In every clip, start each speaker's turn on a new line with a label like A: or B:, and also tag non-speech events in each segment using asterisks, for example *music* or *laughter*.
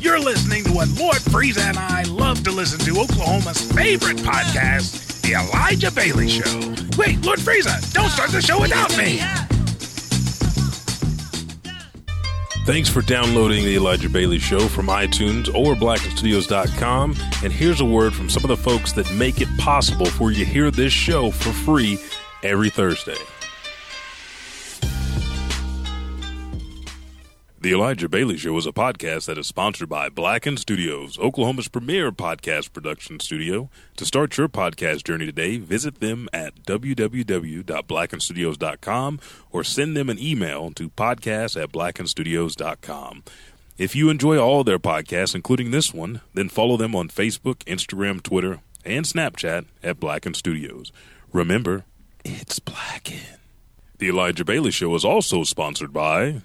A: You're listening to what Lord Frieza and I love to listen to Oklahoma's favorite podcast, The Elijah Bailey Show. Wait, Lord Frieza, don't start the show without me.
B: Thanks for downloading the Elijah Bailey Show from iTunes or blackstudios.com. And here's a word from some of the folks that make it possible for you to hear this show for free every Thursday. The Elijah Bailey Show is a podcast that is sponsored by Blacken Studios, Oklahoma's premier podcast production studio. To start your podcast journey today, visit them at www.blackenstudios.com or send them an email to podcast at blackenstudios.com. If you enjoy all their podcasts, including this one, then follow them on Facebook, Instagram, Twitter, and Snapchat at Blacken Studios. Remember, it's Blacken. The Elijah Bailey Show is also sponsored by.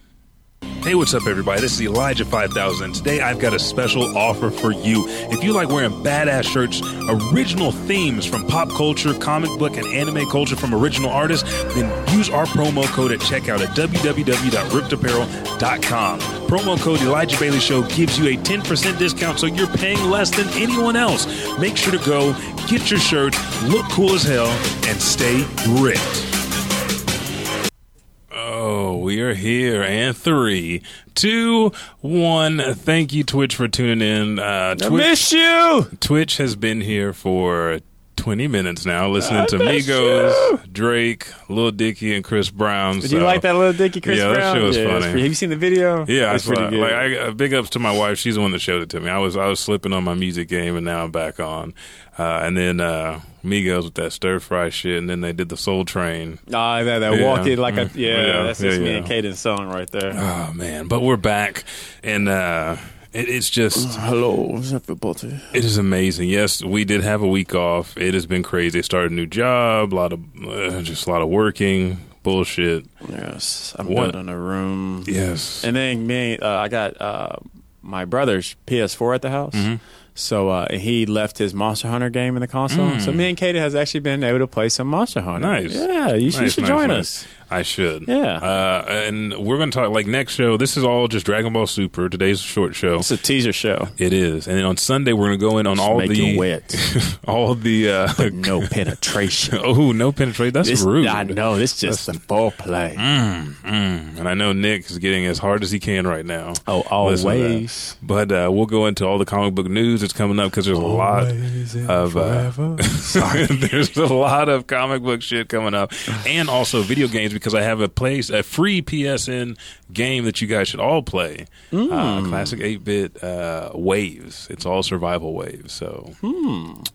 B: Hey, what's up, everybody? This is Elijah 5000, and today I've got a special offer for you. If you like wearing badass shirts, original themes from pop culture, comic book, and anime culture from original artists, then use our promo code at checkout at www.rippedapparel.com. Promo code Elijah Bailey Show gives you a 10% discount, so you're paying less than anyone else. Make sure to go, get your shirt, look cool as hell, and stay ripped. Oh, we are here. And three, two, one. Thank you, Twitch, for tuning in. Uh, Twitch,
C: miss you.
B: Twitch has been here for 20 minutes now, listening to
C: miss
B: Migos, Drake, Lil Dicky, and Chris Brown.
C: Did you like that little dicky Chris
B: Yeah, that
C: Brown?
B: shit was
C: it
B: funny.
C: pretty- Have you seen the video?
B: Yeah,
C: it's
B: I saw,
C: pretty good.
B: like I, uh, big ups to my wife. She's the one that showed it to me. I was I was slipping on my music game, and now I'm back on. Uh, and then uh, Migos with that stir fry shit, and then they did the Soul Train.
C: Ah, that, that
B: Yeah.
C: walk in like a
B: Mm.
C: yeah,
B: Yeah,
C: that's
B: yeah,
C: just me
B: yeah.
C: and Caden's song right there.
B: Oh man, but we're back, and uh, it, it's just.
C: Hello, what's up, everybody?
B: It is amazing. Yes, we did have a week off. It has been crazy. Started a new job, a lot of uh, just a lot of working bullshit.
C: Yes, I'm
B: What?
C: building a room.
B: Yes,
C: And then me, uh, I got uh, my brother's PS4 at the house.
B: Mm-hmm.
C: So uh, and he left his Monster Hunter game in the console. So me and Kaden has actually been able to play some Monster Hunter.
B: Mm. Nice.
C: Yeah, you, should- you
B: Nice,
C: should
B: nice,
C: join
B: nice.
C: us.
B: I should.
C: Yeah.
B: uh, and we're gonna talk like next show. This is all just Dragon Ball Super. Today's a short show.
C: It's a teaser show.
B: It is, and then on Sunday we're gonna go in on all
C: make
B: the
C: you wet.
B: *laughs* all the uh, *laughs*
C: No penetration.
B: oh no penetrate. That's
C: This,
B: rude.
C: I know. This just the foreplay.
B: And I know Nick is getting as hard as he can right now.
C: Oh,
B: Listen to that.
C: always.
B: But uh, we'll go into all the comic book news that's coming up because there's a lot of uh, *laughs* there's a lot of comic book shit coming up, and also video games because I have a place a free PSN game that you guys should all play. Uh, classic eight bit uh, waves. It's all survival waves, so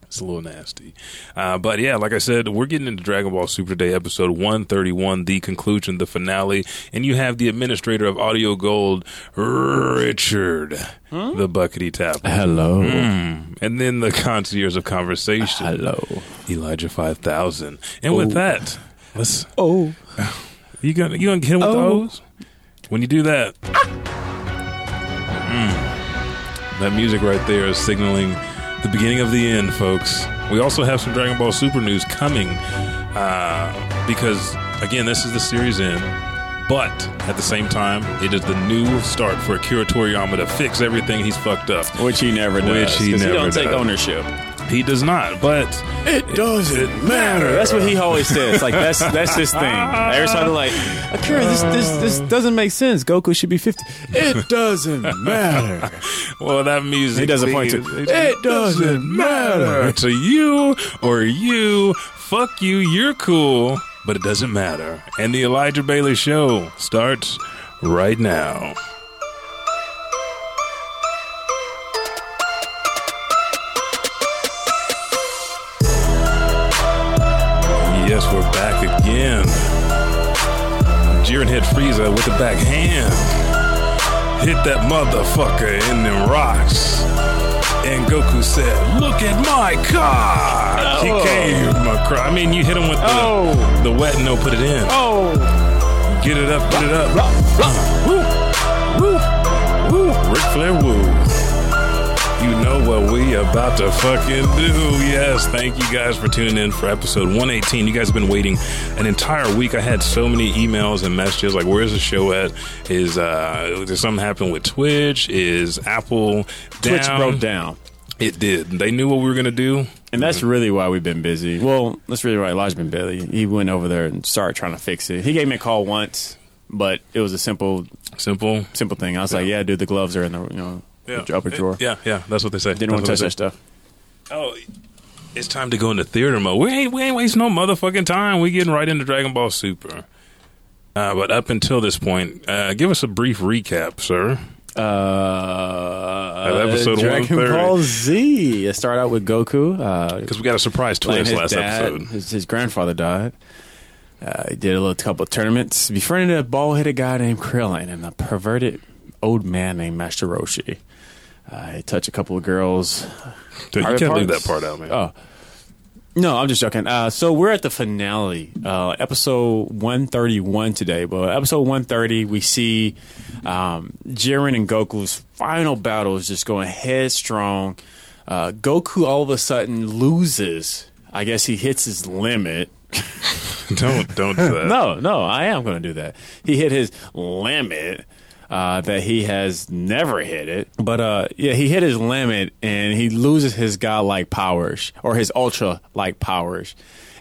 B: it's a little nasty. Uh, but yeah, like I said, we're getting into Dragon Ball Super Day episode 131, the conclusion, the finale. And you have the administrator of Audio Gold, Richard, the Buckety Tap.
C: *laughs* Hello.
B: And then the concierge of conversation,
C: Hello.
B: Elijah 5000. And with that, let's.
C: Oh.
B: You gonna you gonna get him with
C: Oh.
B: those? When you do that, Mm. that music right there is signaling the beginning of the end, folks. We also have some Dragon Ball Super news coming uh, because again, this is the series end. But at the same time, it is the new start for Akira Toriyama to fix everything he's fucked up.
C: Which he never does.
B: Which he
C: 'cause
B: never
C: don't take
B: does.
C: ownership.
B: He does not, but
C: It *laughs* doesn't matter. That's what he always says. Like that's that's his thing. Every time like Akira, Uh, this this this doesn't make sense. Goku should be fifty. It *laughs* doesn't matter.
B: Well, that music.
C: He doesn't point to-
B: thing-
C: It doesn't matter.
B: to you or you. Fuck you. You're cool, but it doesn't matter. And the Elijah Bailey Show starts right now. Yes, we're back again. Jiren hit Frieza with the back hand. Hit that motherfucker in them rocks. And Goku said, Look at my car! He
C: Oh.
B: came across. I mean, you hit him with the,
C: Oh.
B: the wet and no put it in.
C: Oh,
B: Get it up, get it up. Woo, woo, woo. Ric Flair woo. You know know what we about to fucking do. Yes, thank you guys for tuning in for episode 118. You guys have been waiting an entire week. I had so many emails and messages like, where's the show at? Is uh, did something happen with Twitch? Is Apple down?
C: Twitch broke down.
B: It did. They knew what we were gonna do.
C: And that's really why we've been busy. Well, that's really why Elijah been busy. He went over there and started trying to fix it. He gave me a call once, but it was a simple,
B: Simple.
C: simple thing. I was like, "Yeah, dude, the gloves are in the you know the upper drawer."
B: Yeah, yeah. That's what they say.
C: Didn't want to touch
B: That's what they
C: that stuff.
B: Oh, it's time to go into theater mode. We ain't we ain't wasting no motherfucking time. We getting right into Dragon Ball Super. Uh, but up until this point, uh, give us a brief recap, sir.
C: Uh,
B: Of episode
C: Dragon
B: 130.
C: Ball Z. It started out with Goku. Uh,
B: Because we got a surprise
C: playing
B: twist
C: his
B: last
C: dad.
B: episode.
C: His, his grandfather died. Uh, he did a little couple of tournaments. Befriended a bald headed guy named Krillin and a perverted old man named Master Roshi. Uh, he touched a couple of girls.
B: Dude, *laughs*
C: Are
B: you
C: there
B: can't leave that part
C: parts?
B: out, man.
C: Oh. No, I'm just joking. Uh, so we're at the finale, uh, episode 131 today. But episode 130, we see um, Jiren and Goku's final battle is just going headstrong. Uh, Goku all of a sudden loses. I guess he hits his limit.
B: *laughs* Don't don't do that.
C: *laughs* No, no, I am going to do that. He hit his limit uh, that he has never hit it. But uh, yeah, he hit his limit and he loses his godlike powers or his ultra like powers.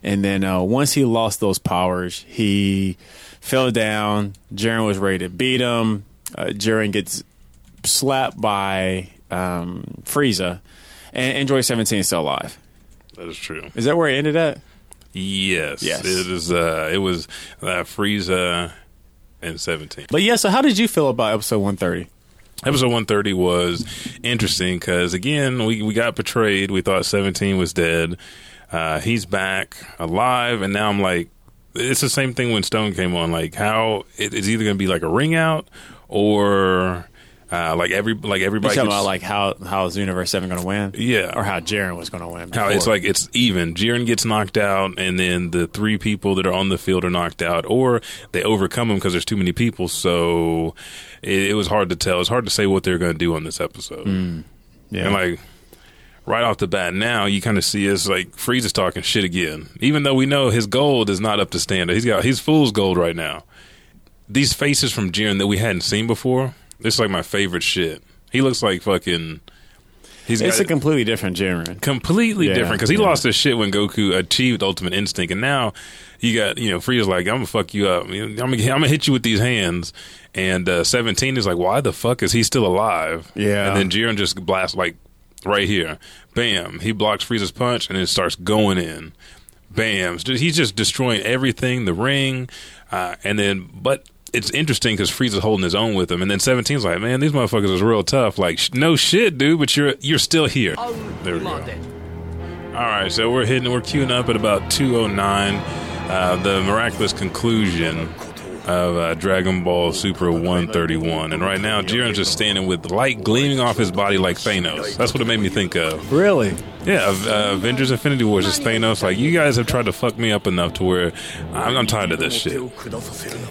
C: And then uh, once he lost those powers, he fell down. Jiren was ready to beat him. Uh, Jiren gets slapped by um, Frieza. And Android 17 is still alive.
B: That is true.
C: Is that where it ended at?
B: Yes.
C: Yes.
B: It is uh it was uh Frieza and seventeen.
C: But yeah, so how did you feel about episode 130?
B: Episode 130 was interesting because, again, we, we got betrayed. We thought 17 was dead. Uh, he's back alive. And now I'm like, it's the same thing when Stone came on. Like, how it, it's either going to be like a ring out or uh, like every like
C: You're
B: everybody.
C: talking
B: gets-
C: about like how how is Universe Seven going to win?
B: Yeah.
C: or how Jaren was going to win.
B: how it's
C: before.
B: like it's even. Jiren gets knocked out, and then the three people that are on the field are knocked out, or they overcome them because there's too many people. So it, it was hard to tell. It's hard to say what they're going to do on this episode.
C: yeah.
B: And like right off the bat now you kind of see us like Frieza's talking shit again. Even though we know his gold is not up to standard. He's got he's fool's gold right now. These faces from Jiren that we hadn't seen before, this is like my favorite shit. He looks like fucking He's
C: it's
B: got
C: a completely different Jaren.
B: completely
C: Yeah,
B: different because he
C: yeah.
B: lost his shit when Goku achieved Ultimate Instinct, and now you got you know Frieza's like I'm gonna fuck you up, I'm gonna, I'm gonna hit you with these hands, and uh, Seventeen is like why the fuck is he still alive?
C: Yeah.
B: and then Jiren just blasts like right here, bam, he blocks Frieza's punch and it starts going in. Bam! He's just destroying everything, the ring, uh, and then. But it's interesting because Frieza's holding his own with him, and then 17's like, "Man, these motherfuckers is real tough. Like, sh- no shit, dude, but you're you're still here." There we go. All right, so we're hitting, we're queuing up at about 209. Uh, the miraculous conclusion of uh, Dragon Ball Super 131, and right now Jiren's just standing with light gleaming off his body like Thanos. That's what it made me think of.
C: Really?
B: Yeah, uh, Avengers Infinity War is just Thanos. Like, you guys have tried to fuck me up enough to where I'm, I'm tired of this shit.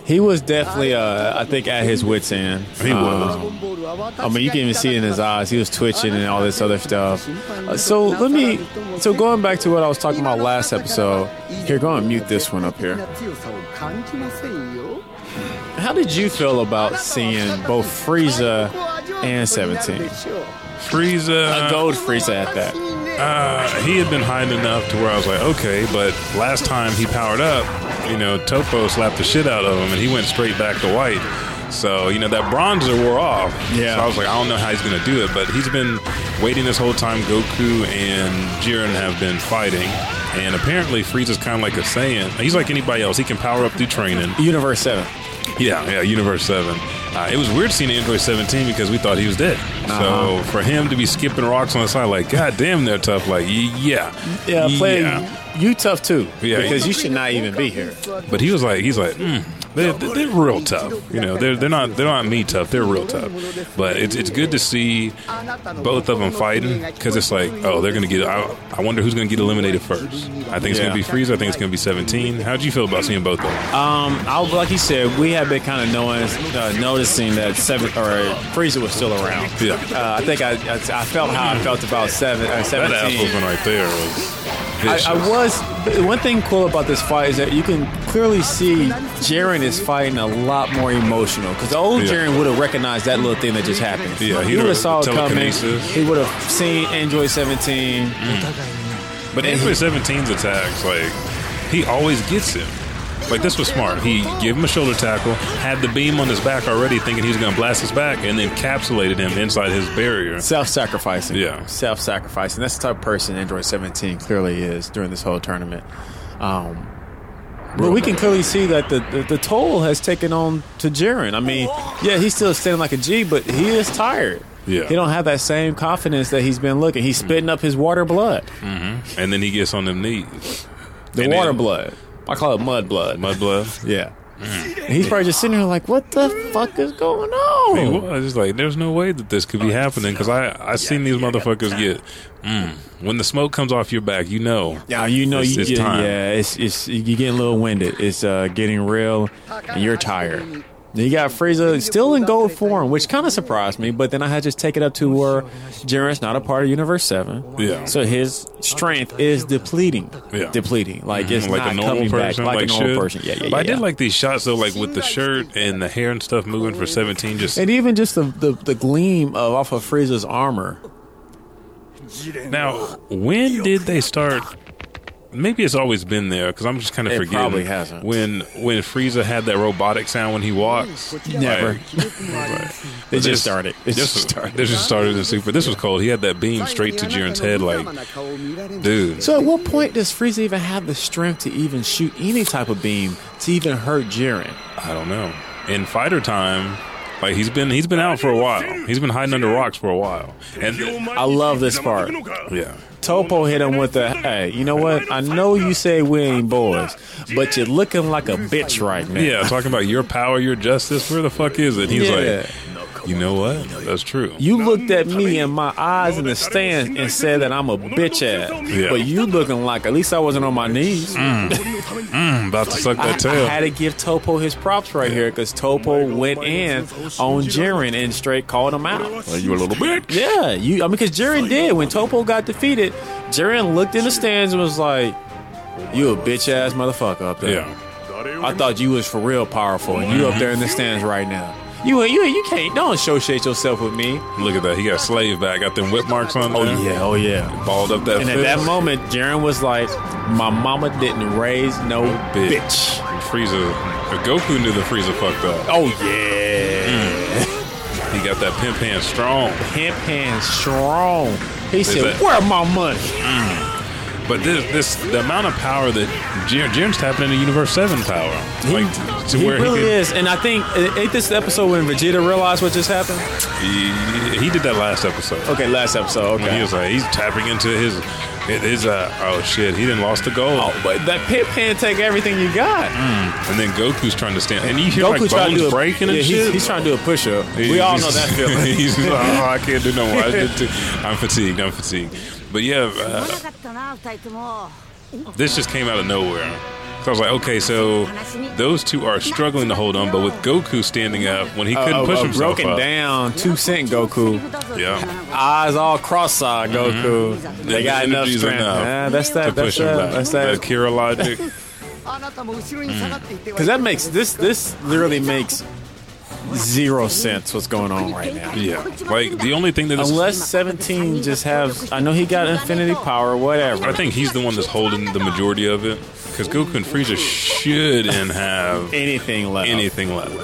C: He was definitely, uh, I think, at his wits end.
B: He was.
C: I mean, Um, oh, you can even see it in his eyes. He was twitching and all this other stuff. Uh, so let me. So going back to what I was talking about last episode. Here, go and mute this one up here. How did you feel about seeing both Frieza and Seventeen?
B: Frieza.
C: A gold Frieza at that.
B: Uh, he had been hiding enough to where I was like, okay, but last time he powered up, you know, Topo slapped the shit out of him and he went straight back to white. So, you know, that bronzer wore off.
C: Yeah.
B: So I was like, I don't know how he's going to do it, but he's been waiting this whole time. Goku and Jiren have been fighting. And apparently, Frieza's kind of like a Saiyan. He's like anybody else. He can power up through training.
C: Universe Seven.
B: Yeah, yeah, Universe 7. Uh, it was weird seeing Android 17 because we thought he was dead. So for him to be skipping rocks on the side, like, God damn, they're tough. Like, y- yeah.
C: Yeah, play
B: Yeah.
C: you tough too.
B: Yeah.
C: Because you should not even be here.
B: But he was like, he's like, mm, They're, they're real tough. You know, they're they're not they're not me tough. They're real tough. But it's it's good to see both of them fighting because it's like, oh, they're gonna get. I, I wonder who's gonna get eliminated first. I think it's
C: Yeah.
B: gonna be Freeze. I think it's gonna be Seventeen. How would you feel about seeing both of them?
C: Um, I like you said, we have been kind of knowing, uh, noticing that seven or Frieza was still around.
B: Yeah.
C: Uh, I think I, I I felt how I felt about seven uh,
B: That
C: seventeen.
B: asshole one right there was.
C: I,
B: Vicious.
C: I was. but One thing cool about this fight is that you can clearly see Jaren is fighting a lot more emotional because old
B: Yeah.
C: Jaren would have recognized that little thing that just happened.
B: Yeah,
C: he
B: he'd
C: would have
B: have
C: saw it coming.
B: telekinesis.
C: He would have seen Android 17.
B: But Android 17's attacks, like, he always gets him. Like, this was smart. He gave him a shoulder tackle, had the beam on his back already, thinking he was going to blast his back, and then encapsulated him inside his barrier.
C: Self-sacrificing.
B: Yeah.
C: Self-sacrificing. That's the type of person Android 17 clearly is during this whole tournament. Um, but we can clearly see that the, the, the toll has taken on to Jiren. I mean, yeah, he's still standing like a G, but he is tired.
B: Yeah.
C: He don't have that same confidence that he's been looking. He's spitting up his water blood.
B: And then he gets on them knees.
C: The
B: And
C: water
B: then-
C: blood. I call it mud blood.
B: Mud blood.
C: Yeah. And he's probably just sitting there like, what the fuck is going on?
B: He was just like, there's no way that this could be happening because I I seen these motherfuckers get. Mm, when the smoke comes off your back, you know.
C: Yeah, you know,
B: It's-
C: you,
B: it's
C: yeah,
B: time.
C: yeah, it's it's you getting a little winded. It's uh, getting real, and you're tired. Then You got Frieza still in gold form, which kind of surprised me. But then I had to take it up to where Jiren's not a part of Universe Seven.
B: Yeah.
C: So his strength is depleting.
B: Yeah.
C: Depleting. Like it's
B: Mm-hmm. like
C: not
B: a normal
C: coming
B: person,
C: back
B: like,
C: like, a normal
B: should.
C: person. Yeah, yeah, yeah.
B: But I did
C: yeah.
B: like these shots though, like with the shirt and the hair and stuff moving for seventeen. Just
C: and even just the, the, the gleam of off of Frieza's armor.
B: Now, when did they start? Maybe it's always been there because I'm just kind of
C: It
B: forgetting.
C: probably hasn't.
B: When when Frieza had that robotic sound when he walks,
C: Never.
B: Like,
C: It just
B: this-
C: started. It
B: this,
C: just started.
B: This just started in super. This was cold. He had that beam straight
D: straight
B: to Jiren's head, like, dude.
C: So at what point does Frieza even have the strength to even shoot any type of beam to even hurt Jiren?
B: I don't know. In fighter time, like he's been he's been out for a while. He's been hiding under rocks for a while. And
C: I love this part.
B: yeah,
C: Topo hit him with the hey, you know what? I know you say we ain't boys, but you're looking like a bitch right now.
B: yeah. Talking about your power, your justice. Where the fuck is it? He's
C: Yeah.
B: like, you know what? That's true.
C: You looked at me in my eyes in the stand and said that I'm a bitch ass.
B: Yeah.
C: But you looking like at least I wasn't on my knees.
B: I'm about to suck
C: I,
B: that
C: I
B: tail.
C: had to give Topo his props right here because Topo went in on Jiren and straight called him out.
B: you a little bitch.
C: Yeah, you. I mean, because Jiren did when Topo got defeated. Jiren looked in the stands and was like, "You a bitch ass motherfucker up there."
B: Yeah.
C: I thought you was for real powerful, and you up there in the stands right now. You you you can't don't associate yourself with me.
B: Look at that. He got slave back. Got them whip marks on
C: Oh
B: there.
C: yeah, oh yeah.
B: Balled up that
C: And at
B: fist.
C: that *laughs* moment, Jaren was like, "My mama didn't raise no
B: Bitch.
C: bitch."
B: Frieza. Goku knew the Frieza fucked up.
C: Oh yeah, Oh.
B: He got that pimp hand strong.
C: pimp hand strong. He said,
B: that-
C: "Where my money?"
B: But this, this, the amount of power that Jim, Jim's tapping into Universe Seven power, like to
C: He
B: where
C: really
B: he could.
C: is, and I think ain't this the episode when Vegeta realized what just happened?
B: He, he did that last episode.
C: Okay, last episode.
B: When he
C: Okay.
B: was like, he's tapping into his, his. Uh, oh shit, he didn't lost the goal.
C: Oh, but that pit pan take everything you got.
B: And then Goku's trying to stand, and you hear
C: Goku
B: Mm. like
C: trying to
B: bones
C: do a,
B: breaking and
C: yeah,
B: shit.
C: he's, he's trying to do a push up. We
B: He's-
C: all know
B: *laughs*
C: that feeling.
B: he's like, oh, I can't do no more.
C: *laughs*
B: I did too. I'm fatigued. I'm fatigued. But yeah, uh, this just came out of nowhere. So I was like, okay, so those two are struggling to hold on, but with Goku standing up when he couldn't
C: A-
B: push
C: Uh, a
B: himself
C: broken
B: up,
C: down, two cent Goku. *laughs*
B: Yeah.
C: Eyes all cross eyed
B: Mm-hmm.
C: Goku. They got enough
B: Energy's
C: strength.
B: enough
C: Nah, that's
B: to
C: that. That's
B: push him
C: that.
B: back.
C: That's that.
B: That Kira logic.
C: Because mm. that makes this. This literally makes zero sense. What's going on right now?
B: yeah, like the only thing that is
C: Unless seventeen just has. I know he got infinity power. Whatever.
B: I think he's the one that's holding the majority of it because Goku and Frieza shouldn't have
C: anything left.
B: anything left.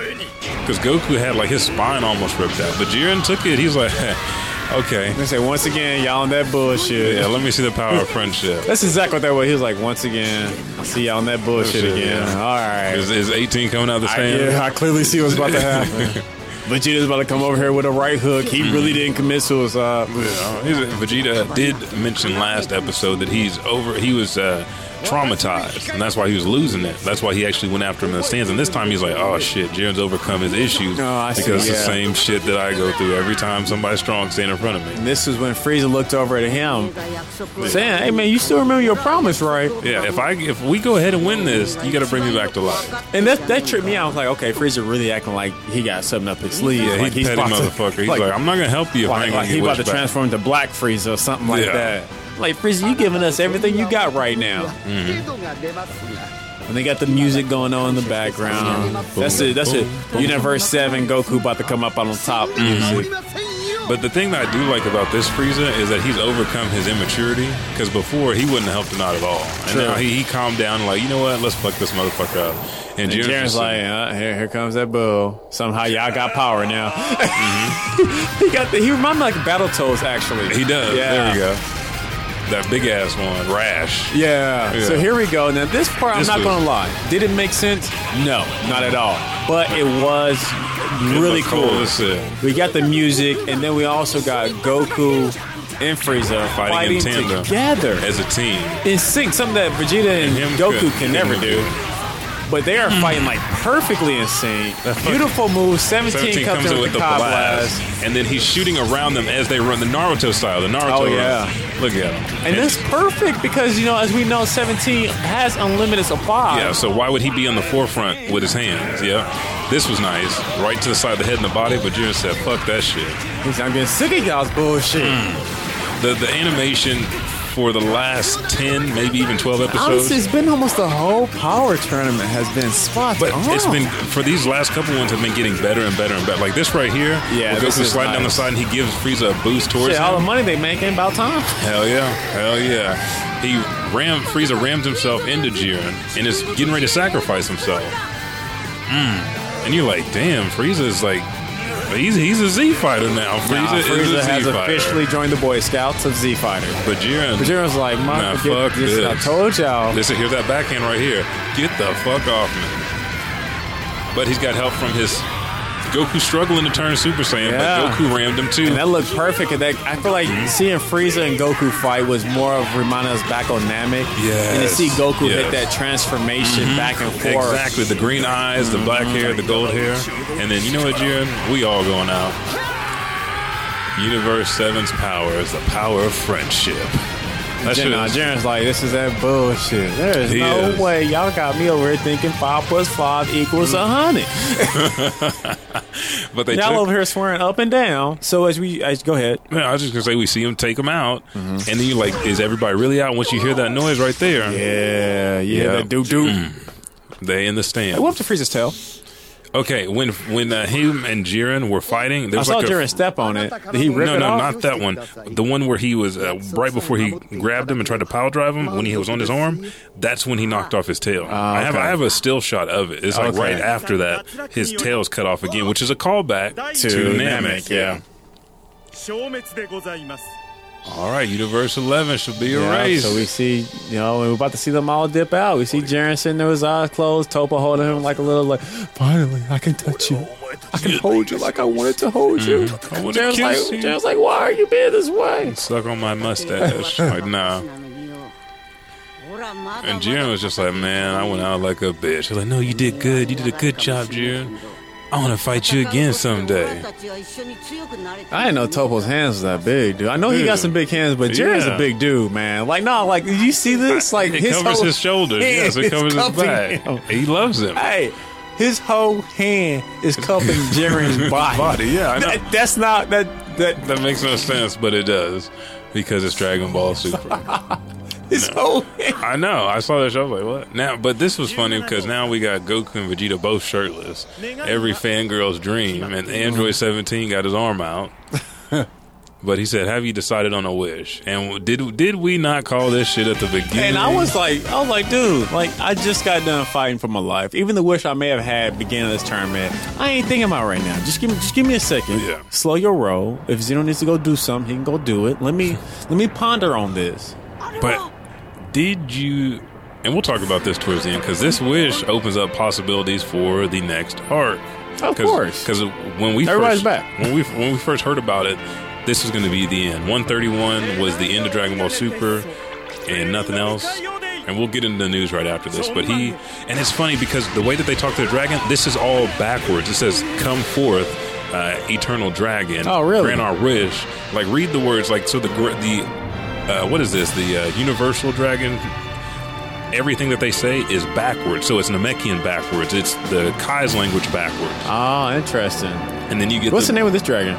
B: Because Goku had like his spine almost ripped out, but Jiren took it. He's like, *laughs* okay,
C: They say once again, y'all on that bullshit.
B: yeah, let me see the power of friendship.
C: That's exactly what that was. He was like, once again, I see y'all on that bullshit
B: Bullshit,
C: again.
B: yeah.
C: All right.
B: Is, is 18 coming out of the
C: I,
B: stand?
C: yeah, I clearly see what's
B: *laughs*
C: about to happen. Vegeta's about to come over here with a right hook.
B: Mm-hmm.
C: He really didn't commit suicide.
B: You know, he's- Vegeta did mention last episode that he's over. He was uh, traumatized, and that's why he was losing it. That's why he actually went after him in the stands. And this time he's like, "Oh shit, Jiren's overcome his issues
C: Oh, I see,
B: because it's
C: yeah.
B: the same shit that I go through every time somebody strong stand in front of me."
C: And this is when Frieza looked over at him, saying, "Hey man, you still remember your promise, right?"
B: Yeah, if I if we go ahead and win this, you got to bring me back to life.
C: And that that tripped me out. I was like, okay, Frieza really acting like he got something up his sleeve.
B: Yeah,
C: like
B: he's petty
C: about to-
B: motherfucker. He's like, "I'm not gonna help you if I
C: like,
B: ain't
C: like
B: gonna
C: he
B: get
C: about
B: what's
C: to
B: back."
C: transform into Black Frieza or something like
B: Yeah.
C: that. Like Frieza, you giving us everything you got right now.
B: Mm-hmm.
C: And they got the music going on in the background. That's it. That's it. Universe Seven Goku about to come up on top.
B: Mm-hmm.
C: Music.
B: But the thing that I do like about this Frieza is that he's overcome his immaturity. Because before he wouldn't have helped him out at all, and
C: True.
B: now he, he calmed down. and Like you know what? Let's fuck this motherfucker up. And,
C: And Jiren's like, uh, here, here comes that bull. Somehow y'all got power now. *laughs* he got the, he remind me like Battletoads actually.
B: Mm-hmm. he does.
C: Yeah.
B: There we go. That big ass one, Rash.
C: Yeah.
B: Yeah.
C: So here we go. Now this part,
B: This
C: I'm
B: was-
C: not gonna lie. Did it make sense? No, not at all. But it was really
B: was
C: cool.
B: cool as shit.
C: We got the music, and then we also got Goku and Frieza
B: Fighting
C: uh, fighting,
B: in tandem.
C: together
B: As a team,
C: in sync. Something that Vegeta and,
B: him
C: Goku
B: could-
C: can never
B: him
C: do. But they are fighting like perfectly in sync. Beautiful moves. 17,
B: seventeen
C: comes, in with the Cobb blast.
B: and then he's shooting around them as they run the Naruto style. The Naruto.
C: Oh,
B: run.
C: yeah.
B: Look at him.
C: And that's perfect because you know, as we know, 17 has unlimited supply.
B: Yeah, so why would he be on the forefront with his hands? Yeah. This was nice. Right to the side of the head and the body, but Jiren said, fuck that shit.
C: He's- I'm getting sick of y'all's bullshit.
B: Hmm. The the animation for the last ten, maybe even twelve episodes.
C: Honestly, it's been almost the whole power tournament has been spot
B: but
C: on.
B: it's been for these last couple ones have been getting better and better and better. Like this right here,
C: Yeah,
B: where
C: this
B: Goku
C: is
B: sliding down the
C: nice.
B: side and he gives Frieza a boost towards
C: Shit,
B: him.
C: all the money they make in about time.
B: Hell yeah, hell yeah. He ram Frieza rams himself into Jiren and is getting ready to sacrifice himself. Mm. And you're like, damn, Frieza is like, he's he's a Z fighter now. Frieza,
C: Nah,
B: is
C: Frieza
B: a Z
C: has
B: fighter.
C: officially joined the Boy Scouts of Z Fighter.
B: but Jiren,
C: But Jiren's like, Mark,
B: Nah,
C: forget
B: fuck
C: this. I
B: this.
C: told y'all.
B: Listen, here's that backhand right here. Get the fuck off me. But he's got help from his Goku struggling to turn Super Saiyan,
C: Yeah.
B: but Goku rammed him too.
C: And that looked perfect. And that, I feel like seeing Frieza and Goku fight was more of reminding us back on Namek. And to
B: Yes,
C: see Goku
B: yes. Mm-hmm.
C: hit that transformation back and forth.
B: Exactly. The green eyes, the black hair, the gold hair. And then you know what, Jiren? We all going out. Universe Seven's power is the power of friendship. That
C: Jen-
B: shit
C: nah,
B: is-
C: Jiren's like, this is that bullshit. There is
B: He
C: no
B: is.
C: way y'all got me over here thinking five plus five equals a hundred.
B: Mm-hmm. but they
C: Y'all
B: took,
C: over here swearing up and down. So as we, as, go ahead.
B: Yeah, I was just gonna say we see him take him out,
C: Mm-hmm.
B: and then you like, is everybody really out? Once you hear that noise right there,
C: Yeah, yeah,
B: that
C: that doo doo.
B: Mm. they in the stand.
C: What up to Frieza's tail?
B: Okay, when when uh, him and Jiren were fighting, there
C: I
B: was
C: saw
B: like
C: Jiren
B: a,
C: step on it. Did he rip
B: no,
C: it
B: no,
C: off?
B: not that one. The one where he was uh, right before he grabbed him and tried to pile drive him when he was on his arm. That's when he knocked off his tail. I have
C: Ah, okay.
B: I have a still shot of it. It's like
C: Okay.
B: right after that, his tail's cut off again, which is a callback to, Namek.
C: yeah.
B: All right, Universe Eleven should be
C: Yeah,
B: erased.
C: so we see, you know, we're about to see them all dip out. We see Jiren sitting there with his eyes closed, Topa holding him like a little, like, finally, I can touch you. I can hold you like I wanted to hold you.
B: I wanna
C: Jiren's
B: kiss
C: like,
B: you.
C: Jiren's like, why are you being this way?
B: Suck on my
C: *laughs*
B: mustache. like nah. And Jiren was just like, man, I went out like a bitch. He's like, no, you did good. You did a good job, Jiren. I want to fight you again someday.
C: I didn't know Topo's hands was that big, dude. I know he
B: Yeah.
C: got some big hands, but Jiren's
B: Yeah.
C: a big dude, man. Like, no, like, you see *laughs* this? Like,
B: It covers
C: whole
B: his shoulders.
C: *laughs* hand
B: Yes, it
C: is
B: covers his
C: covering
B: back.
C: him.
B: He loves him.
C: Hey, his whole hand is *laughs* covering
B: *laughs*
C: Jiren's body.
B: Body, yeah, I know.
C: That- that's not that
B: *laughs*
C: that
B: That makes no sense, but it does because it's Dragon Ball *laughs* Super.
C: his whole hand.
B: I know. I saw that show. I was like, what? Now, but this was funny because now we got Goku and Vegeta both shirtless. Every fangirl's dream, *laughs* and Android 17 got his arm *laughs* out. But he said, "Have you decided on a wish?" And did did we not call this shit at the beginning?
C: And I was like, I was like, dude, like I just got done fighting for my life. Even the wish I may have had beginning of this tournament, I ain't thinking about right now. Just give me, just give me a second.
B: Yeah.
C: Slow your roll. If Zeno needs to go do something, he can go do it. Let me, let me ponder on this.
B: But did you? And we'll talk about this towards the end because this wish opens up possibilities for the next arc.
C: Of course.
B: because when we
C: Everybody's
B: first,
C: back.
B: when we when we first heard about it, this was going to be the end. One thirty one was the end of Dragon Ball Super, and nothing else. and we'll get into the news right after this. But he, and it's funny because the way that they talk to the dragon, this is all backwards. It says, "Come forth, uh, eternal dragon."
C: Oh, really?
B: Grant our wish. Like read the words. Like so the gr- the uh, what is this? The uh, universal dragon. Everything that they say is backwards. So it's Namekian backwards. It's the Kai's language backwards.
C: Oh, interesting.
B: And then you get
C: What's the
B: the,
C: name of this dragon?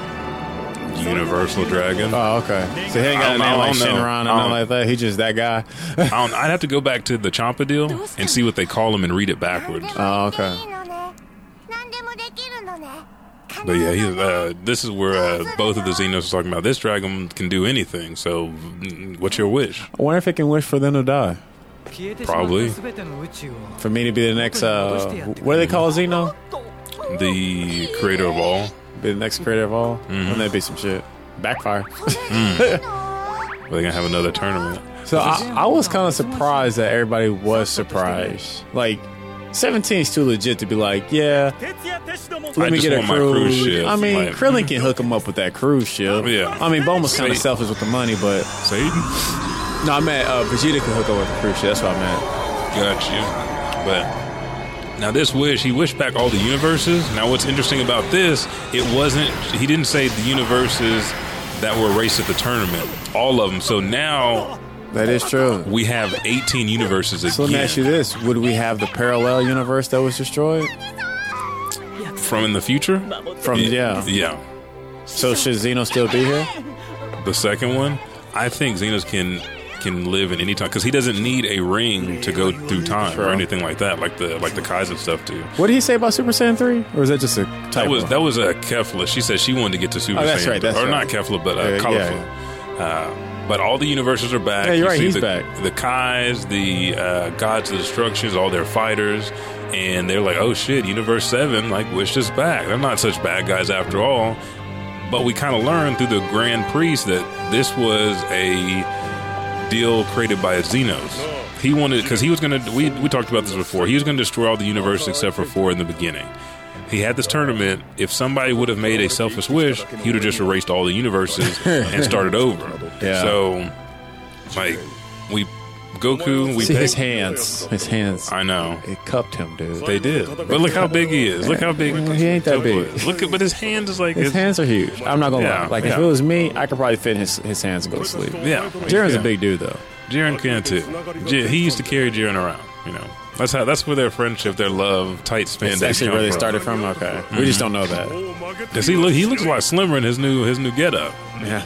B: universal dragon.
C: Oh, okay. So he ain't
B: I
C: got
B: don't
C: a name
B: know, I
C: like
B: don't know.
C: Shinron
B: I
C: or
B: don't-
C: nothing like that. He just that guy. *laughs*
B: I don't, I'd have to go back to the Champa deal and see what they call him and read it backwards.
C: Oh, okay.
B: But yeah, he's, uh, this is where uh, both of the Xenos are talking about. This dragon can do anything. So, mm, what's your wish?
C: I wonder if it can wish for them to die.
B: Probably.
C: For me to be the next, uh, what do they call Xeno?
B: uh, The creator of all.
C: Be the next creator of all? Wouldn't that be some shit? Backfire.
B: They're gonna have another tournament.
C: So I, I was kind of surprised that everybody was surprised. Like, 17 is too legit to be like, yeah,
B: I
C: let me
B: just
C: get a
B: want my cruise
C: cruise.
B: ship.
C: I mean,
B: Like-
C: Krillin can hook him up with that cruise ship.
B: Yeah.
C: I mean, Bulma's kind
B: Sweet.
C: of selfish with the money, but
B: Satan,
C: no, I meant uh, Vegeta can hook up with the cruise ship. That's what I meant.
B: got you. But now this wish, he wished back all the universes. Now, what's interesting about this? It wasn't. He didn't say the universes that were raced at the tournament. All of them. So now
C: That is true.
B: we have 18 universes again.
C: So let me ask you this: Would we have the parallel universe that was destroyed
B: from in the future.
C: from? Um, Yeah.
B: Yeah.
C: So should Xeno still be here?
B: The second one, I think Xenos can can live in any time because he doesn't need a ring to go through time or
C: True.
B: anything like that, like the like the Kai's and stuff do.
C: What did he say about Super Saiyan three? Or is that just a typo?
B: That was that was a Kefla. She said she wanted to get to Super
C: Oh, that's
B: Saiyan,
C: right, that's
B: or
C: right.
B: not Kefla, but uh,
C: Yeah,
B: Colorful.
C: yeah.
B: Uh, but all the universes are back.
C: Yeah, you're
B: You
C: right,
B: see
C: he's
B: the,
C: back.
B: The Kai's, the uh, gods of destructions, all their fighters, and they're like, "Oh shit, Universe Seven, like wish us back." They're not such bad guys after all. But we kind of learned through the Grand Priest that this was a deal created by Xenos. He wanted because he was going to. We we talked about this before. He was going to destroy all the universe except for four in the beginning. He had this tournament. If somebody would have made a selfish wish, he would have just erased all the
C: *laughs*
B: universes and started over.
C: Yeah.
B: So, like, we Goku, we
C: See his
B: picked-
C: hands. His hands.
B: I know
C: It cupped him, dude.
B: they did, but look how big he is. Look how big
C: He ain't that big.
B: is. Look, at, but his hand is like
C: His hands are huge. I'm not gonna
B: Yeah,
C: lie. Like
B: yeah.
C: if it was me, I could probably fit in his his hands and go to sleep.
B: Yeah,
C: Jiren's
B: yeah.
C: a big dude though.
B: Jiren can too. J- he used to carry Jiren around. You know, that's how that's where their friendship, their love, tight span.
C: That's actually where they started from. Okay, we just don't know that.
B: Cause he look, he looks a lot slimmer in his new his new getup.
C: Yeah.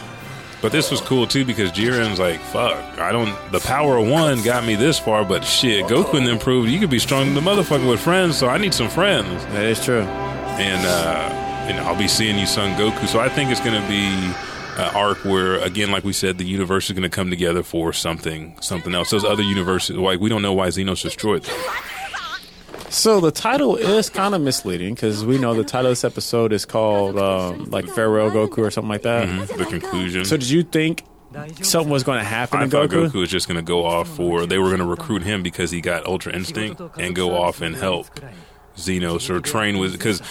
B: But this was cool too because Jiren's like, fuck, I don't. The power of one got me this far, but shit, Goku and them proved you could be strong than the motherfucker with friends. So I need some friends,
C: That is true.
B: and uh, and I'll be seeing you, son Goku. So I think it's gonna be. Uh, arc where again, like we said, the universe is going to come together for something, something else. Those other universes, like we don't know why Xenos destroyed. them.
C: So the title is kind of misleading because we know the title of this episode is called um, like Farewell Goku or something like that.
B: Hmm, the conclusion.
C: So did you think something was going to happen
B: I
C: to
B: thought
C: Goku?
B: Goku was just going to go off for they were going to recruit him because he got Ultra Instinct and go off and help Xenos or train with because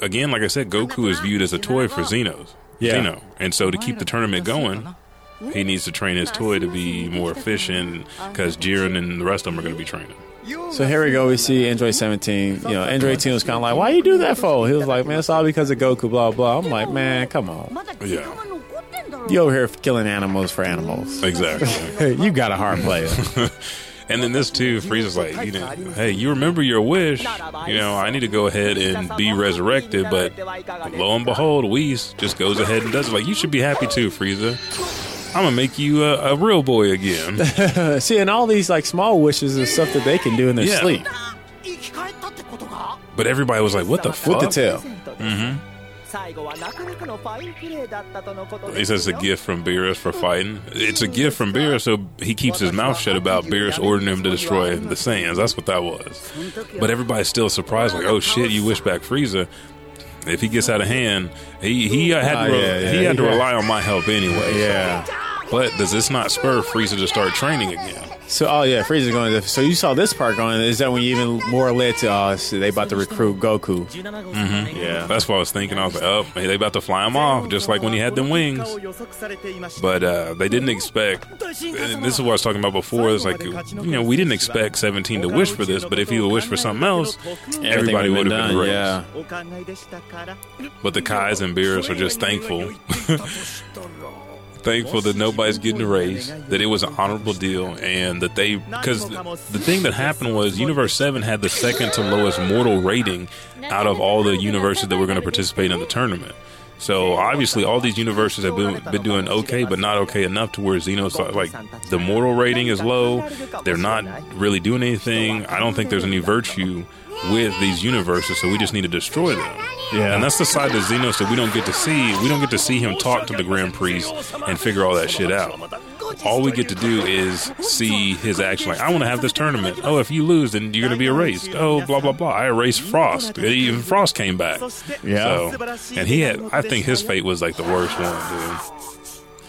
B: again, like I said, Goku is viewed as a toy for Xenos.
C: Yeah.
B: Xeno. and so to keep the tournament going. He needs to train his toy to be more efficient because Jiren and the rest of them are going to be training.
C: So here we go. We see Android 17. You know, Android 18 was kind of like, "Why you do that for?" He was like, "Man, it's all because of Goku." Blah blah. I'm like, "Man, come on. You over here killing animals for animals.
B: Exactly.
C: Hey, you got a hard player. *laughs*
B: *laughs* And then this too, Frieza's like, you know, hey, you remember your wish. You know, I need to go ahead and be resurrected. But lo and behold, Whis just goes ahead and does it. Like, you should be happy too, Frieza. I'm gonna make you a, a real boy again. *laughs*
C: Uh, see, and all these like small wishes and stuff that they can do in their
B: Yeah.
C: sleep
B: But everybody was like, what the
C: with
B: fuck?
C: the tail.
B: Mm-hmm. He says it's a gift from Beerus for fighting. It's a gift from Beerus, so he keeps his mouth shut about Beerus ordering him to destroy the Saiyans. That's what that was. But everybody's still surprised, like, oh shit, you wish back Frieza. If he gets out of hand, he he had
C: Ah,
B: to re-
C: yeah, yeah,
B: he had to
C: yeah.
B: rely on my help anyway.
C: Yeah.
B: But does this not spur Frieza to start training again?
C: So, oh yeah, Frieza's going. To, so you saw this part going. Is that when you even more led to? Oh, so they about to recruit Goku.
B: Yeah, that's what I was thinking. I was like, oh, hey, they about to fly him off, just like when he had them wings. But uh, they didn't expect. And this is what I was talking about before. It's like, you know, we didn't expect 17 to wish for this, but if he would wish for something else, everybody
C: Everything
B: would
C: would've
B: have been raised.
C: done,
B: But the Kais and Beerus are just thankful. *laughs* thankful that nobody's getting a raise, that it was an honorable deal, and that they. Because the thing that happened was Universe 7 had the second to lowest mortal rating out of all the universes that were going to participate in the tournament. So obviously, all these universes have been, been doing okay, but not okay enough to where Xeno's like the mortal rating is low. They're not really doing anything. I don't think there's any virtue with these universes, so we just need to destroy them.
C: Yeah.
B: and that's the side that Xenos that we don't get to see. We don't get to see him talk to the Grand Priest and figure all that shit out. All we get to do is see his action. Like, I want to have this tournament. Oh, if you lose, then you're going to be erased. Oh, blah blah blah. I erased Frost. Even Frost came back.
C: Yeah.
B: So, and he had. I think his fate was like the worst one, dude.
C: Who-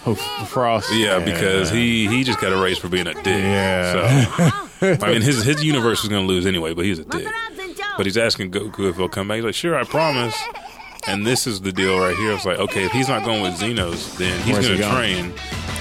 C: Oh, Frost.
B: Yeah, because he he just got erased for being a dick.
C: Yeah.
B: So I mean, his his universe is going to lose anyway, but he's a dick. But he's asking Goku if he'll come back. He's like, sure, I promise. And this is the deal right here. It's like, okay, if he's not going with Xenos, then he's
C: Where's
B: going
C: he
B: to train,
C: going?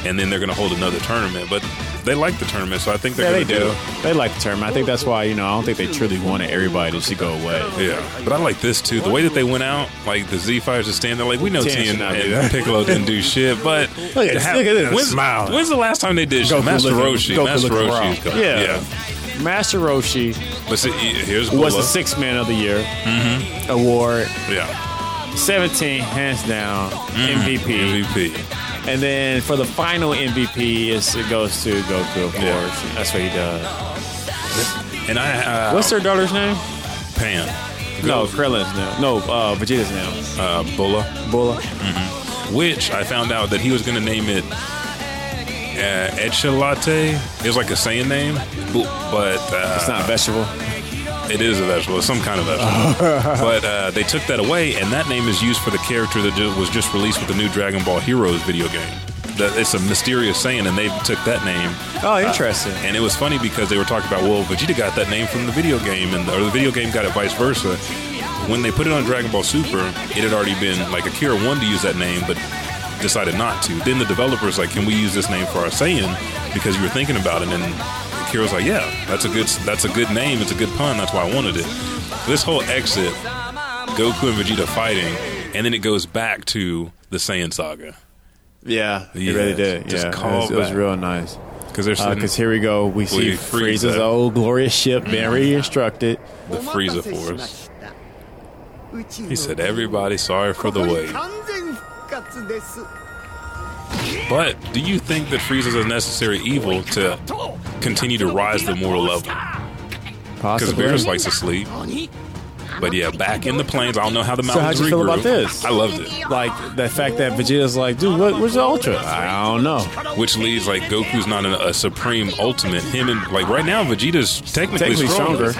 B: and then they're going to hold another tournament. But they like the tournament, so I think they're
C: Yeah, they
B: going to
C: do. They like the term. I think that's why you know I don't think they truly wanted everybody to just go away.
B: Yeah, but I like this too. The way that they went out, like the Z Fighters just stand there, like we know
C: Ten
B: Ten and,
C: should not do that.
B: Piccolo didn't
C: *laughs*
B: do shit. But
C: Look at-
B: to
C: Oh, look at him
B: when's,
C: smile.
B: When's the last time they did? shit?
C: Goku
B: Master
C: looking-
B: Roshi.
C: Goku
B: Master
C: looking
B: Roshi.
C: raw.
B: is coming.
C: Yeah.
B: yeah.
C: Master Roshi
B: But see, he- here's what
C: was the six man of the year
B: Mm-hmm.
C: award,
B: yeah
C: 17 hands down MVP.
B: MVP.
C: And then for the final MVP, is, it goes to Goku, of course.
B: Yeah.
C: That's what he does.
B: And I uh,
C: What's their daughter's name?
B: Pan
C: No, Krillin's name. No, uh, Vegeta's name.
B: uh, Bulla,
C: Bulla.
B: which I found out that he was going to name it uh, Echelate. It was like a Saiyan name, bu- but uh,
C: It's not a vegetable.
B: It is a vegetable. It's some kind of vegetable. but uh, they took that away, and that name is used for the character that ju- was just released with the new Dragon Ball Heroes video game. That it's a mysterious saying, and they took that name.
C: Oh, interesting.
B: And it was funny because they were talking about, well, Vegeta got that name from the video game, and or the video game got it vice versa. When they put it on Dragon Ball Super, it had already been like Akira wanted to use that name, but decided not to. Then the developers like, can we use this name for our Saiyan? Because you were thinking about it, and Akira's like, yeah, that's a good that's a good name. It's a good pun. That's why I wanted it. This whole exit, Goku and Vegeta fighting, and then it goes back to the Saiyan saga
C: Yeah, he
B: Yeah,
C: really did.
B: just
C: yeah,
B: call
C: it, was, it was
B: back.
C: real nice.
B: because they're sitting
C: Because here we go. We see
B: We freeze
C: Frieza's
B: that.
C: old glorious ship being reconstructed.
B: the Frieza Force. He
D: He
B: said,
D: said,
B: everybody sorry for the wait. But do you think that Frieza's a necessary evil to continue to rise the mortal level? Because
C: Possibly.
B: Beerus likes to sleep. But yeah, back in the plains. I don't know how the
C: how'd
B: mountains
C: you feel
B: regrew.
C: about this?
B: I loved it.
C: like the fact that Vegeta's like, dude, what, where's the Ultra? I don't know.
B: Which leads like Goku's not an, a supreme ultimate. Him and like right now Vegeta's technically,
C: Technically stronger.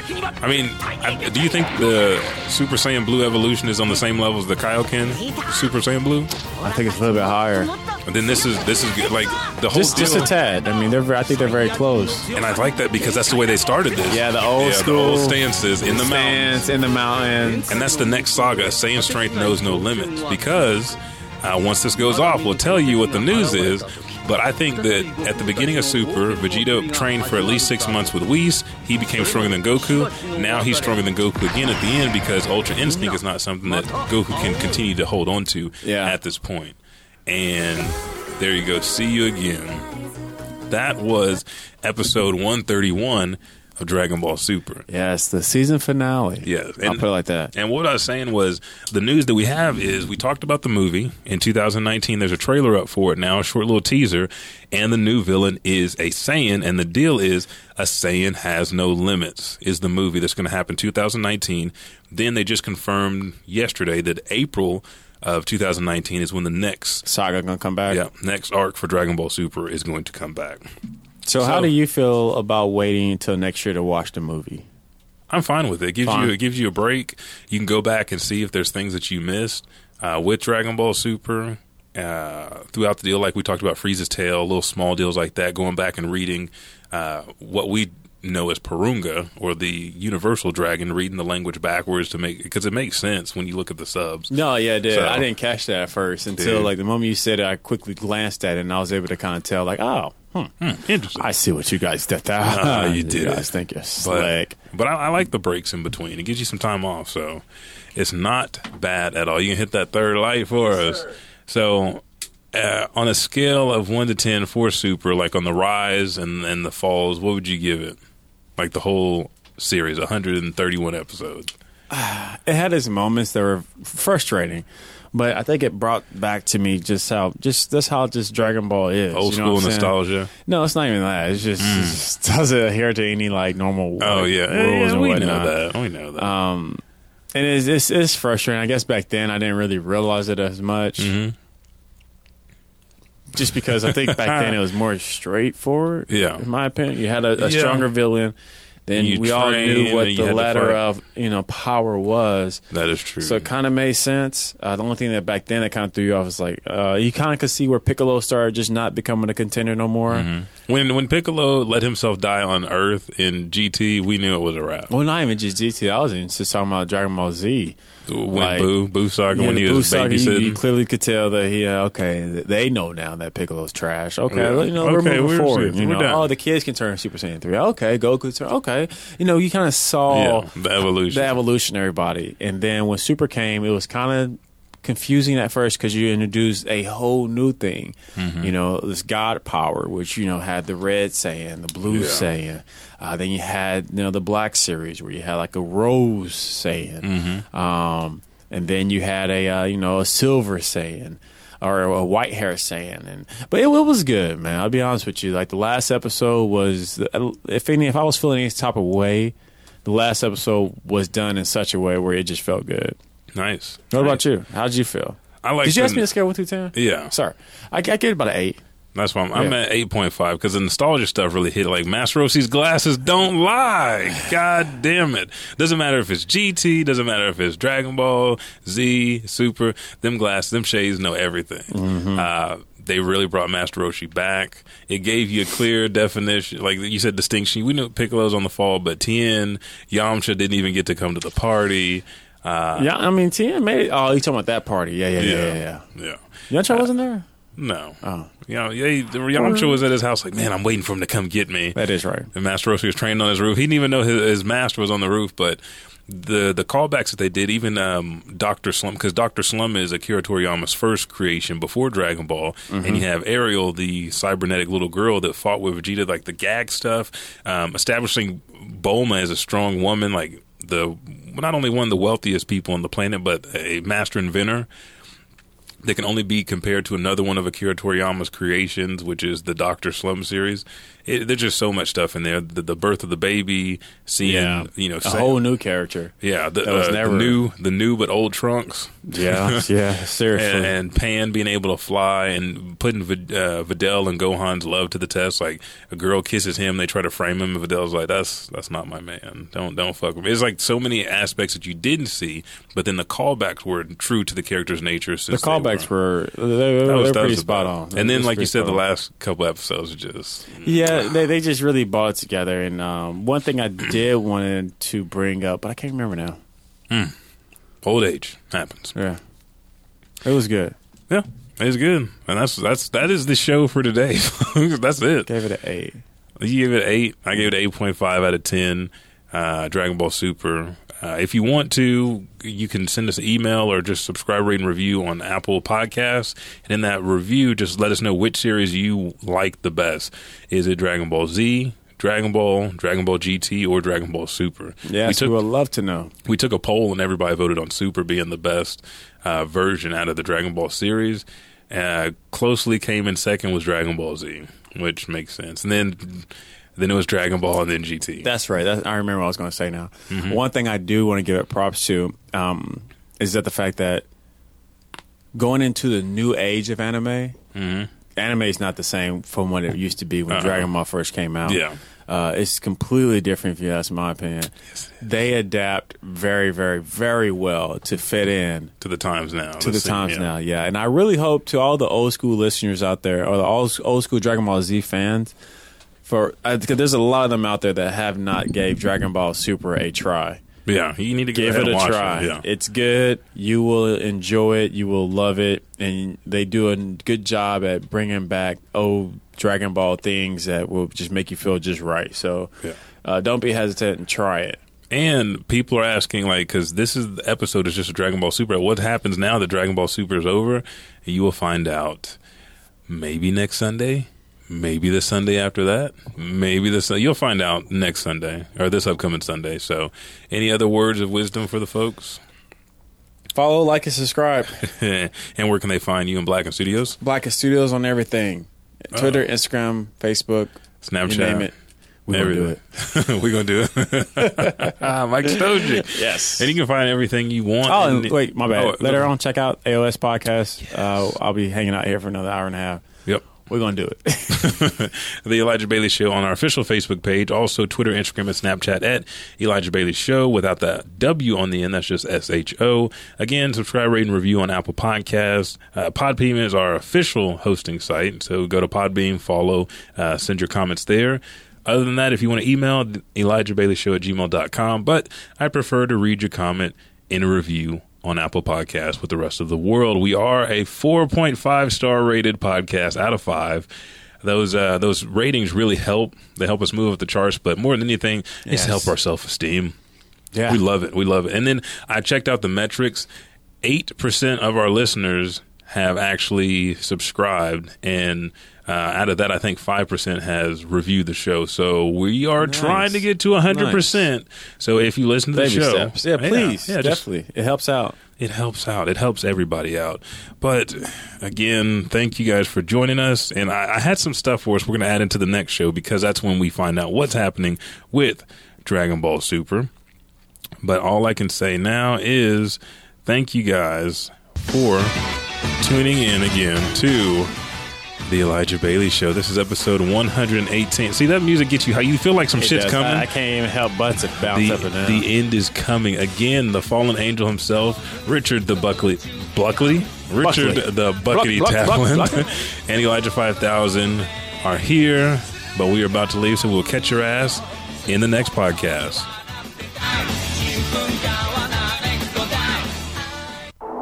B: I mean, I, do you think the Super Saiyan Blue evolution is on the same level as the Kaioken Super Saiyan Blue?
C: I think it's a little bit higher.
B: And then this is this is good. like the whole
C: Just, just a
B: deal-
C: tad. I mean, they're. ver- I think they're very close.
B: And I like that because that's the way they started this.
C: Yeah, the old
B: yeah,
C: school
B: the old stances in the mountains.
C: stands in the mountains.
B: And that's the next saga. Saiyan strength knows no limits because uh, once this goes off, we'll tell you what the news is. But I think that at the beginning of Super, Vegeta trained for at least six months with Whis. He became stronger than Goku. Now he's stronger than Goku again at the end because Ultra Instinct is not something that Goku can continue to hold on to
C: Yeah.
B: at this point. And there you go. See you again. That was episode 131 of Dragon Ball Super.
C: Yes, the season finale.
B: Yes,
C: I'll
B: and-
C: put it like that.
B: And what I was saying was the news that we have is we talked about the movie in 2019. There's a trailer up for it now, a short little teaser, and the new villain is a Saiyan, and the deal is a Saiyan has no limits. Is the movie that's going to happen 2019? Then they just confirmed yesterday that April of 2019 is when the next
C: Saga gonna come back.
B: yeah next arc for Dragon Ball Super is going to come back.
C: So, how
B: So-
C: do you feel about waiting until next year to watch the movie?
B: I'm fine with it. It gives
C: Fine.
B: you it gives you a break. You can go back and see if there's things that you missed uh, with Dragon Ball Super. uh, throughout the deal, like we talked about Frieza's Tale, little small deals like that, going back and reading uh, what we know as Purunga or the Universal Dragon, reading the language backwards to make because it makes sense when you look at the subs.
C: No, yeah, dude.
B: So-
C: I didn't catch that at first until
B: Dude.
C: like the moment you said it, I quickly glanced at it and I was able to kind of tell, like, oh, hmm,
B: Interesting.
C: I see what you guys did there.
B: Ah, you did
C: You guys
B: it.
C: think you're
B: But,
C: slick.
B: but I, I like the breaks in between. It gives you some time off, so it's not bad at all. You can hit that third light for us. So, uh, on a scale of one to ten for Super, like on the rise and and the falls, what would you give it? Like the whole series, 131 episodes.
C: it had its moments that were frustrating, but I think it brought back to me just how just that's how just Dragon Ball is
B: Old
C: you know what
B: school
C: I'm saying?
B: nostalgia. Mm.
C: No, it's not even that. It's just, it just doesn't adhere to any like normal.
B: Oh
C: like,
B: yeah,
C: rules
B: Yeah,
C: and
B: we
C: whatnot. Um,
B: know that. We know that.
C: And it's, it's it's frustrating. I guess back then I didn't really realize it as much.
B: Mm-hmm.
C: Just because I think back then it was more straightforward.
B: Yeah.
C: in my opinion, you had a, a
B: Yeah.
C: stronger villain. Then
B: You
C: we all
B: trained
C: knew what
B: and you
C: the
B: had to
C: ladder
B: fight.
C: of you know power was.
B: that is true.
C: So it kind of made sense. Uh, the only thing that back then that kind of threw you off was like uh, you kind of could see where Piccolo started just not becoming a contender no more.
B: Mm-hmm. when when Piccolo let himself die on Earth in GT, we knew it was a wrap.
C: Well, not even just GT. I was even just talking about Dragon Ball Z.
B: When
C: Like-
B: Boo Boo Saga,
C: Yeah,
B: when
C: the
B: he
C: Boo
B: was
C: saga, you,
B: babysitting,
C: you clearly could tell that he uh, okay. th- They know now that Piccolo's trash. Okay,
B: Yeah.
C: well, you know we're
B: Okay,
C: moving
B: we're
C: forward.
B: serious.
C: You
B: We're
C: know,
B: down.
C: oh the kids can turn Super Saiyan three. Okay, Goku turn. Okay, you know you kind of saw
B: yeah, the evolution.
C: Oh. the evolutionary body, and then when Super came, it was kind of confusing at first because you introduced a whole new thing.
B: Mm-hmm.
C: You know this God power, which you know had the red Saiyan, the blue
B: Yeah.
C: Saiyan. Uh, then you had you know the black series where you had like a rose Saiyan.
B: Mm-hmm.
C: Um, and then you had a uh, you know a silver Saiyan or a white hair Saiyan, and but it, it was good, man. I'll be honest with you. Like the last episode was, uh, if any, if I was feeling any type of way, the last episode was done in such a way where it just felt good.
B: nice.
C: What about you? How did you feel?
B: I like.
C: Did you ask
B: the-
C: me to scale one through ten?
B: Yeah.
C: Sorry, I, I gave it about an eight.
B: That's why I'm, I'm
C: Yeah.
B: at eight point five because the nostalgia stuff really hit. Like Master Roshi's glasses don't lie. God damn it! Doesn't matter if it's GT. Doesn't matter if it's Dragon Ball Z, Super. Them glasses, them shades know everything.
C: Mm-hmm.
B: Uh, they really brought Master Roshi back. It gave you a clear definition, like you said, distinction. We knew Piccolo's on the fall, but Tien Yamcha didn't even get to come to the party. Uh,
C: yeah, I mean ten. Maybe. Oh, you talking about that party? Yeah, yeah, yeah, yeah. yeah.
B: yeah.
C: Yamcha wasn't there.
B: No.
C: Oh.
B: You know, they, Yamcha was at his house like, man, I'm waiting for him to come get me.
C: That is right.
B: And Master Roshi was trained on his roof. He didn't even know his, his master was on the roof, but the the callbacks that they did, even um, Doctor Slum, because Doctor Slum is Akira Toriyama's first creation before Dragon Ball,
C: Mm-hmm.
B: and you have Ariel, the cybernetic little girl that fought with Vegeta, like the gag stuff, um, establishing Bulma as a strong woman, like the not only one of the wealthiest people on the planet, but a master inventor they can only be compared to another one of Akira Toriyama's creations, which is the Doctor Slum series. It, there's just so much stuff in there. The, the birth of the baby, seeing
C: Yeah.
B: you know,
C: A
B: Sa-
C: whole new character.
B: yeah, the,
C: that was
B: uh,
C: never-
B: the new, the new but old Trunks, *laughs*
C: Yeah, yeah. Seriously.
B: and, and Pan being able to fly, and putting Vid- uh, Videl and Gohan's love to the test. Like a girl kisses him, they try to frame him, and Videl's like, "That's that's not my man. Don't don't fuck with me." It's like so many aspects that you didn't see, but then the callbacks were true to the character's nature.
C: the
B: Since they
C: callbacks were they, they,
B: That
C: were
B: was, that
C: pretty
B: was the
C: spot
B: best.
C: on.
B: And
C: They
B: then,
C: was
B: like you
C: pretty
B: said,
C: spot
B: the
C: on.
B: last couple episodes are just
C: Yeah, they, they just really bought it together. And um, one thing I did wanted to bring up, but I can't remember now.
B: old age happens.
C: Yeah, it was good.
B: Yeah, it's good, and that's that's that is the show for today. *laughs* that's it.
C: Gave it an eight.
B: You gave it eight. I gave it eight point five out of ten. Uh, Dragon Ball Super. Uh, if you want to, you can send us an email or just subscribe, rate, and review on Apple Podcasts. And in that review, just let us know which series you like the best. Is it Dragon Ball Z, Dragon Ball, Dragon Ball GT, or Dragon Ball Super?
C: Yeah,
B: we
C: we,
B: took
C: would love to know.
B: we took a poll and everybody voted on Super being the best uh, version out of the Dragon Ball series. Uh, closely came in second was Dragon Ball Z, which makes sense. And then then it was Dragon Ball and then GT.
C: That's right. That's, I remember what I was going to say now.
B: Mm-hmm.
C: One thing I do want to give it props to um, is that the fact that going into the new age of anime, anime is not the same from what it used to be
B: Mm-hmm.
C: when
B: Uh-uh.
C: Dragon Ball first came out.
B: Yeah.
C: Uh, it's completely different view. That's my opinion. They adapt very, very, very well to fit in
B: to the times now.
C: to the times now. Yeah, and I really hope to all the old school listeners out there, or the old, old school Dragon Ball Z fans, for I- 'cause there's a lot of them out there that have not gave Dragon Ball Super a try.
B: Yeah, you need to go
C: Give
B: ahead
C: it
B: and
C: a
B: watch
C: try.
B: It. Yeah.
C: It's good. You will enjoy it. You will love it. And they do a good job at bringing back old Dragon Ball things that will just make you feel just right. So
B: Yeah.
C: uh, don't be hesitant and try it.
B: And people are asking, like, because this is the episode is just a Dragon Ball Super. What happens now that Dragon Ball Super is over? And you will find out maybe next Sunday, maybe the Sunday after that, maybe this. You'll find out next Sunday or this upcoming Sunday. So, any other words of wisdom for the folks? *laughs*
C: Follow, like, and subscribe.
B: and where can they find you in Black and Studios?
C: Black and Studios on everything Twitter, Instagram, Facebook,
B: Snapchat.
C: you name it. We're going to do
B: *laughs*
C: it.
B: it. We're gonna do it. *laughs* Ah, Mike Stojic.
C: Yes.
B: And you can find everything you want.
C: Oh,
B: and-
C: and wait, my bad.
B: Oh,
C: Later on, check out AOS Podcast. Uh, I'll be hanging out here for another hour and a half.
B: Yep.
C: We're going to do
B: *laughs*
C: it.
B: the Elijah Bailey Show on our official Facebook page, also Twitter, Instagram, and Snapchat at Elijah Bailey Show without the W on the end. That's just S H O. Again, subscribe, rate, and review on Apple Podcasts. Uh, Podbeam is our official hosting site, so go to Podbeam, follow, uh, send your comments there. Other than that, if you want to email, ElijahBaileyShow at gmail.com. But I prefer to read your comment in a review on Apple Podcasts with the rest of the world. We are a 4.5 star rated podcast out of 5. Those uh, those ratings really help. They help us move up the charts, but more than anything, it's
C: Yes.
B: to help our self esteem.
C: Yeah.
B: We love it. We love it. And then I checked out the metrics. 8% of our listeners have actually subscribed. And uh, out of that, I think 5% has reviewed the show. So we are trying to get to 100%. So if you listen to
C: Baby
B: the show,
C: steps. Yeah, please.
B: Yeah, just-
C: definitely. it helps out.
B: it helps out. It helps everybody out. But again, thank you guys for joining us. And I, I had some stuff for us we're going to add into the next show because that's when we find out what's happening with Dragon Ball Super. But all I can say now is thank you guys for tuning in again to the Elijah Bailey Show. This is episode 118. See, that music gets you how you feel like some
C: It
B: shit's
C: does.
B: coming
C: I, I can't even help but to bounce
B: the,
C: up and down.
B: the end is coming again. The fallen angel himself, Richard the Buckley, Buckley, Richard
C: Buckley.
B: the Buckety
C: Buck- Buck-
B: Taplin,
C: Buck- Buck-
B: *laughs* and Elijah Five Thousand are here, but we are about to leave, so we'll catch your ass in the next podcast.
D: 新聞がわなめっこだい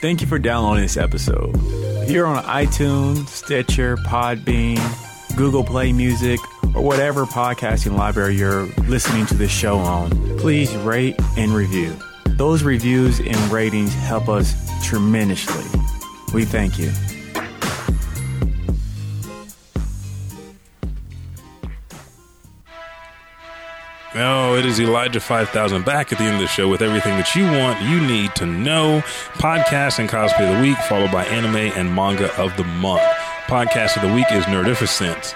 C: Thank you for downloading this episode. If you're on iTunes, Stitcher, Podbean, Google Play Music, or whatever podcasting library you're listening to this show on, please rate and review. Those reviews and ratings help us tremendously. We thank you.
B: No, it is Elijah 5000 back at the end of the show with everything that you want, you need to know. Podcast and cosplay of the week, followed by anime and manga of the month. Podcast of the week is Nerdificent,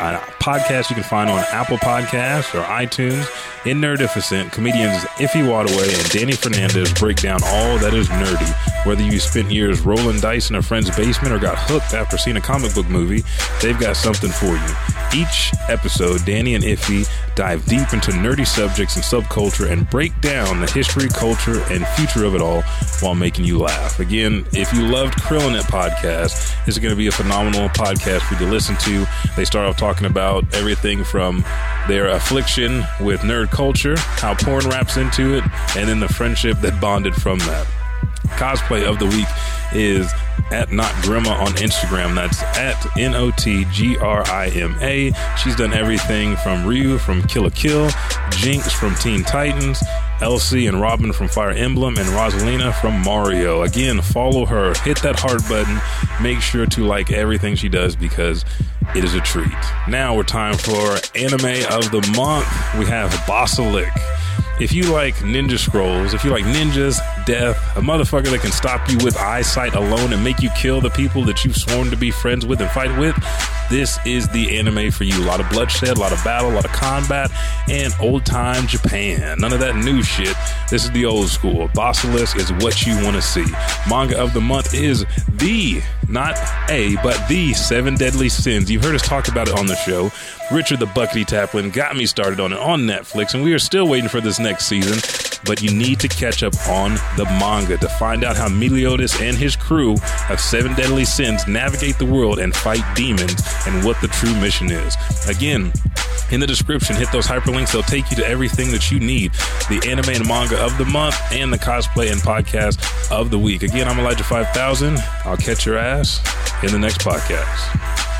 B: a podcast you can find on Apple Podcasts or iTunes. In Nerdificent, comedians Iffy Wadaway and Danny Fernandez break down all that is nerdy. Whether you spent years rolling dice in a friend's basement or got hooked after seeing a comic book movie, they've got something for you. Each episode, Danny and Iffy dive deep into nerdy subjects and subculture and break down the history, culture, and future of it all while making you laugh. Again, if you loved Krillin' It podcast, this is going to be a phenomenal podcast for you to listen to. They start off talking about everything from their affliction with nerd culture, how porn wraps into it, and then the friendship that bonded from that. cosplay of the week is at Not Grima on Instagram. That's at N O T G R I M A. She's done everything from Ryu from Kill a Kill, Jinx from Teen Titans, Elsie and Robin from Fire Emblem, and Rosalina from Mario. Again, follow her, hit that heart button, make sure to like everything she does because it is a treat. Now we're time for anime of the month. We have Basilic. If you like ninja scrolls, if you like ninjas, death, a motherfucker that can stop you with eyesight alone and make you kill the people that you've sworn to be friends with and fight with, this is the anime for you. A lot of bloodshed, a lot of battle, a lot of combat, and old time Japan. None of that new shit. This is the old school. Basilisk is what you want to see. Manga of the month is the, not a, but the Seven Deadly Sins. You've heard us talk about it on the show. Richard the Buckety Taplin got me started on it on Netflix, and we are still waiting for this next season. But you need to catch up on the manga to find out how Meliodas and his crew of Seven Deadly Sins navigate the world and fight demons and what the true mission is. Again, in the description, hit those hyperlinks. They'll take you to everything that you need the anime and manga of the month and the cosplay and podcast of the week. Again, I'm Elijah 5000. I'll catch your ass in the next podcast.